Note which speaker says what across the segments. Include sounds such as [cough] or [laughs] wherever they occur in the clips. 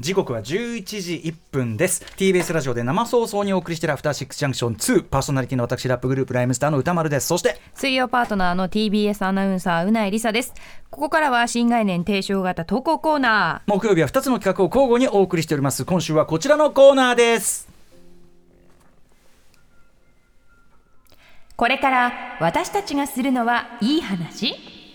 Speaker 1: 時刻は11時1分です TBS ラジオで生放送にお送りしているアフターシックスジャンクション2パーソナリティの私ラップグループライムスターの歌丸ですそして
Speaker 2: 水曜パートナーの TBS アナウンサーうないりさですここからは新概念提唱型投稿コーナ
Speaker 1: 木曜日は2つの企画を交互にお送りしております今週はこちらのコーナーです
Speaker 2: ーこれから私たちがするのはいい話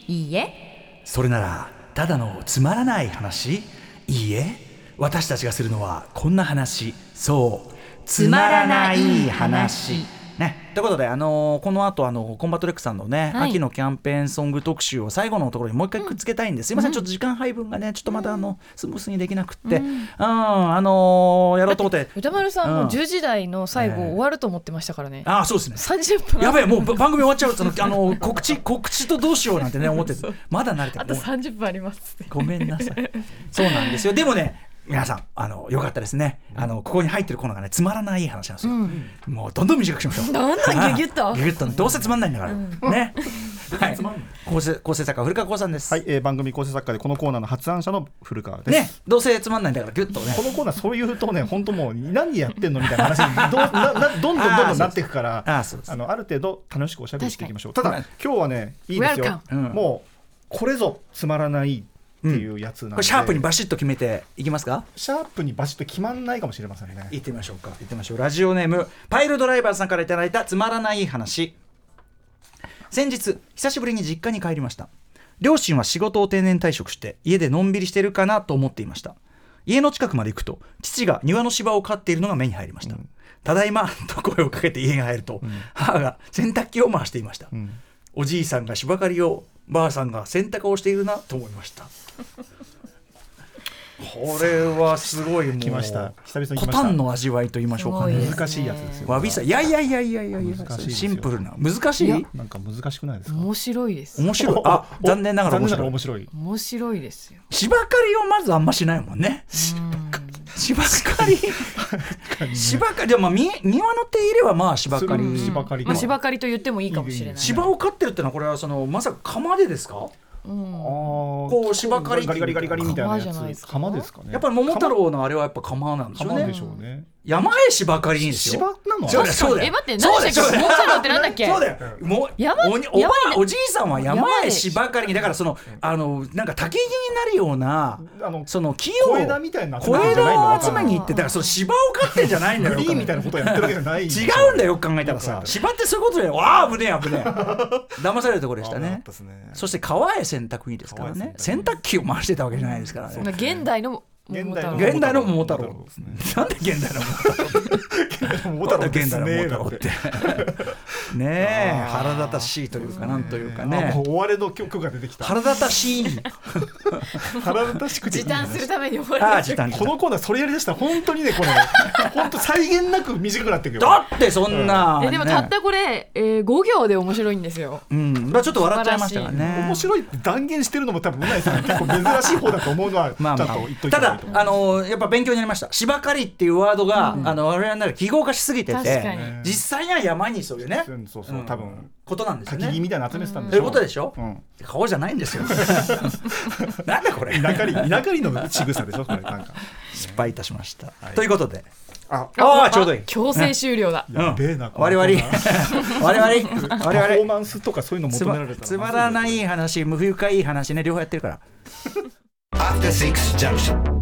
Speaker 2: いいえ
Speaker 1: それならただのつまらない話いいえ私たちがするのはこんな話そう
Speaker 2: つまらない話
Speaker 1: ね、ということで、あのーこの後あのコンバットレックさんのね、
Speaker 2: はい
Speaker 1: 秋のキャンペーンソング特集を最後のところにもう一回くっつけたいんです、すいませんちょっと時間配分がねちょっとまだあのスムースにできなくって、うんあのーやろうと思って
Speaker 3: 歌丸さんも
Speaker 1: うん
Speaker 3: 10時台の最後
Speaker 1: ええ
Speaker 3: 終わると思ってましたからね、
Speaker 1: ああそうですね
Speaker 3: 30分
Speaker 1: やべえもうば番組終わっちゃうってあの告知告知とどうしようなんてね思っててまだ慣れてな
Speaker 3: あ
Speaker 1: い
Speaker 3: と30分ありますって
Speaker 1: ごめんなさい。そうなんですよ。でもね、皆さん、あの、よかったですね。あの、ここに入ってるコーナーがね、つまらない話なんですよ。もうどんどん短くしましょう。
Speaker 3: どんどんギュギュッと
Speaker 1: ああギュギュッと、どうせつまんないんだから。
Speaker 3: [laughs]
Speaker 1: ね。はい。構成、構成作家古川光さんです。
Speaker 4: はい、えー番組構成作家でこのコーナーの発案者の古川です。
Speaker 1: ね、どうせつまんないんだから、ギュッとね
Speaker 4: こ。のコーナーそういうとね、本当もう何やってんのみたいな話にどうななどんどんどんどんなっていくから、
Speaker 1: あーそうですあーそうです
Speaker 4: あのある程度楽しくおしゃべりしていきましょう。た
Speaker 1: かに
Speaker 4: だ今日はね、いいですよ。
Speaker 1: Welcome
Speaker 4: もうこれぞつまらないっていうやつなんで、
Speaker 1: これシャープにバシッと決めていきますか
Speaker 4: シャープにバシッと決まんないかもしれませんね。
Speaker 1: 行ってみましょうか行ってみましょうラジオネームパイルドライバーさんからいただいたつまらない話先日久しぶりに実家に帰りました両親は仕事を定年退職して家でのんびりしてるかなと思っていました家の近くまで行くと父が庭の芝を飼っているのが目に入りました、ただいまと声をかけて家に入ると、母が洗濯機を回していました、
Speaker 4: ん
Speaker 1: おじいさんが芝刈りをばあさんが洗濯をしているなと思いましたこれはすごいもう
Speaker 4: 来ました久々に来ま
Speaker 1: コ
Speaker 4: した
Speaker 1: タンの味わいと言いましょうか
Speaker 2: すごい
Speaker 1: ね
Speaker 2: です
Speaker 4: 難しいやつですよ。
Speaker 1: わびさいやいやいやいやいやいや
Speaker 4: 難しいですよ
Speaker 1: シンプルな難しい
Speaker 4: なんか難しくないですか。
Speaker 3: 面白いです
Speaker 1: 面白いあ
Speaker 4: お
Speaker 1: 残念ながら面
Speaker 4: 残
Speaker 1: 白い
Speaker 4: 面白い。
Speaker 3: 面白いですよ
Speaker 1: 芝刈りをまずあんましないもんね芝刈り芝刈りでもまあみ庭の手入れはまあ芝刈
Speaker 4: う
Speaker 1: り
Speaker 4: ん芝刈り
Speaker 3: まあ、芝刈りと言ってもいいかもしれない
Speaker 4: いい
Speaker 1: 芝を刈ってるってのはこれはそのまさか釜でですかこ
Speaker 4: こ
Speaker 1: う芝刈り
Speaker 4: ガリガリガリガリみたいな
Speaker 3: 鎌
Speaker 4: や
Speaker 3: じゃないで
Speaker 4: つ
Speaker 3: すか
Speaker 4: 鎌ですかね
Speaker 1: やっぱり桃太郎のあれはやっぱ釜なんでしょう
Speaker 4: 鎌で
Speaker 1: ね
Speaker 4: しょうね
Speaker 1: 山へ芝刈りにですよ
Speaker 4: 芝なの
Speaker 1: そうだよそうだよ
Speaker 3: え待って
Speaker 1: そうだよ
Speaker 3: 何でしたっ
Speaker 1: そう
Speaker 3: け
Speaker 1: だよ
Speaker 3: 桃太郎ってなんだっけ
Speaker 1: そうだよもう
Speaker 3: 山
Speaker 1: おにおば
Speaker 3: 山
Speaker 1: あおじいさんは山
Speaker 3: 山
Speaker 1: へ
Speaker 3: で
Speaker 1: 芝刈りにだからそのあのなんか竹木になるような
Speaker 4: あの
Speaker 1: その木を
Speaker 4: 小枝みたいな
Speaker 1: 小枝を集めに行って
Speaker 3: あ
Speaker 1: だ
Speaker 3: ー
Speaker 1: からその芝を刈ってんじゃないんだ
Speaker 4: グ
Speaker 1: よ
Speaker 4: リーンみたい
Speaker 1: よ
Speaker 4: なことやってるわけじゃない
Speaker 1: く考えたら違うんだよ
Speaker 4: よ
Speaker 1: よく考えたらさ芝ってそういうことだよああ危ねえ危ねえ騙されるところでしたねそして川へ洗濯にですからね洗濯機を回してたわけじゃないですから
Speaker 3: そんな
Speaker 1: ね
Speaker 3: 現代の
Speaker 4: 現
Speaker 3: 桃太
Speaker 4: 代の
Speaker 3: 郎
Speaker 1: 現代の桃太
Speaker 4: 桃
Speaker 1: 郎
Speaker 4: 太郎
Speaker 1: なんで現代の桃太郎
Speaker 4: 桃
Speaker 1: まだ
Speaker 4: 太郎で
Speaker 1: 現
Speaker 4: す
Speaker 1: 代の
Speaker 4: ね
Speaker 1: 桃太郎って。ねえ、腹立たしいというか、なんというかね
Speaker 4: あ。もう終われの曲が出てきた
Speaker 1: 腹立たしい。
Speaker 4: 腹立たしくていい
Speaker 3: 時
Speaker 4: んだよ
Speaker 3: 短するために覚え
Speaker 1: ああ、
Speaker 3: て
Speaker 1: 時短時
Speaker 4: こ
Speaker 1: 短
Speaker 4: のコーナーそれやりだしたら本当にねこれ本当際限なく短くなっていくよ
Speaker 1: だって、そんな。
Speaker 3: えでもたっ
Speaker 1: ね。
Speaker 3: たこれ、えー、5行で面白いんですよ
Speaker 1: うん、まあ、ちょっと笑っちゃいましたからね。
Speaker 4: 面白いって断言してるのも多分うないさん結構珍しい方だと思うのはち
Speaker 1: ま
Speaker 4: ゃ
Speaker 1: あ
Speaker 4: んと
Speaker 1: まあ
Speaker 4: 言っとい
Speaker 1: た
Speaker 4: た
Speaker 1: だ
Speaker 4: 方がいいと思う
Speaker 1: あのやっぱ勉強になりました芝刈りっていうワードが、あの我々なら記号化しすぎて
Speaker 3: 確か
Speaker 1: て
Speaker 3: に
Speaker 1: 実際には山にそういうね
Speaker 4: うんそうそう多分
Speaker 1: ことなんです
Speaker 4: 焚
Speaker 1: よ
Speaker 4: き木み
Speaker 1: ね。
Speaker 4: たいなの集めてたん
Speaker 1: と
Speaker 4: で
Speaker 1: い
Speaker 4: し
Speaker 1: う
Speaker 4: ょ
Speaker 1: ことでしょ
Speaker 4: うん
Speaker 1: 顔じゃないん
Speaker 4: [laughs]
Speaker 1: ですよ。なんだこれ
Speaker 4: 稲刈り稲刈りの仕草でしょこれなんか
Speaker 1: 失敗いたしました。ということで
Speaker 4: あ
Speaker 1: ああちょうどいい。
Speaker 3: 強制終了だ、
Speaker 4: やべえな、
Speaker 1: 我々我々
Speaker 4: パフ
Speaker 1: 我
Speaker 4: ォー
Speaker 1: 々
Speaker 4: マンスとかそういうの
Speaker 1: つ
Speaker 4: 求めら
Speaker 1: ま
Speaker 4: れた
Speaker 1: つまらない話無不愉快い話ね両方やってるから
Speaker 5: After Six Junction.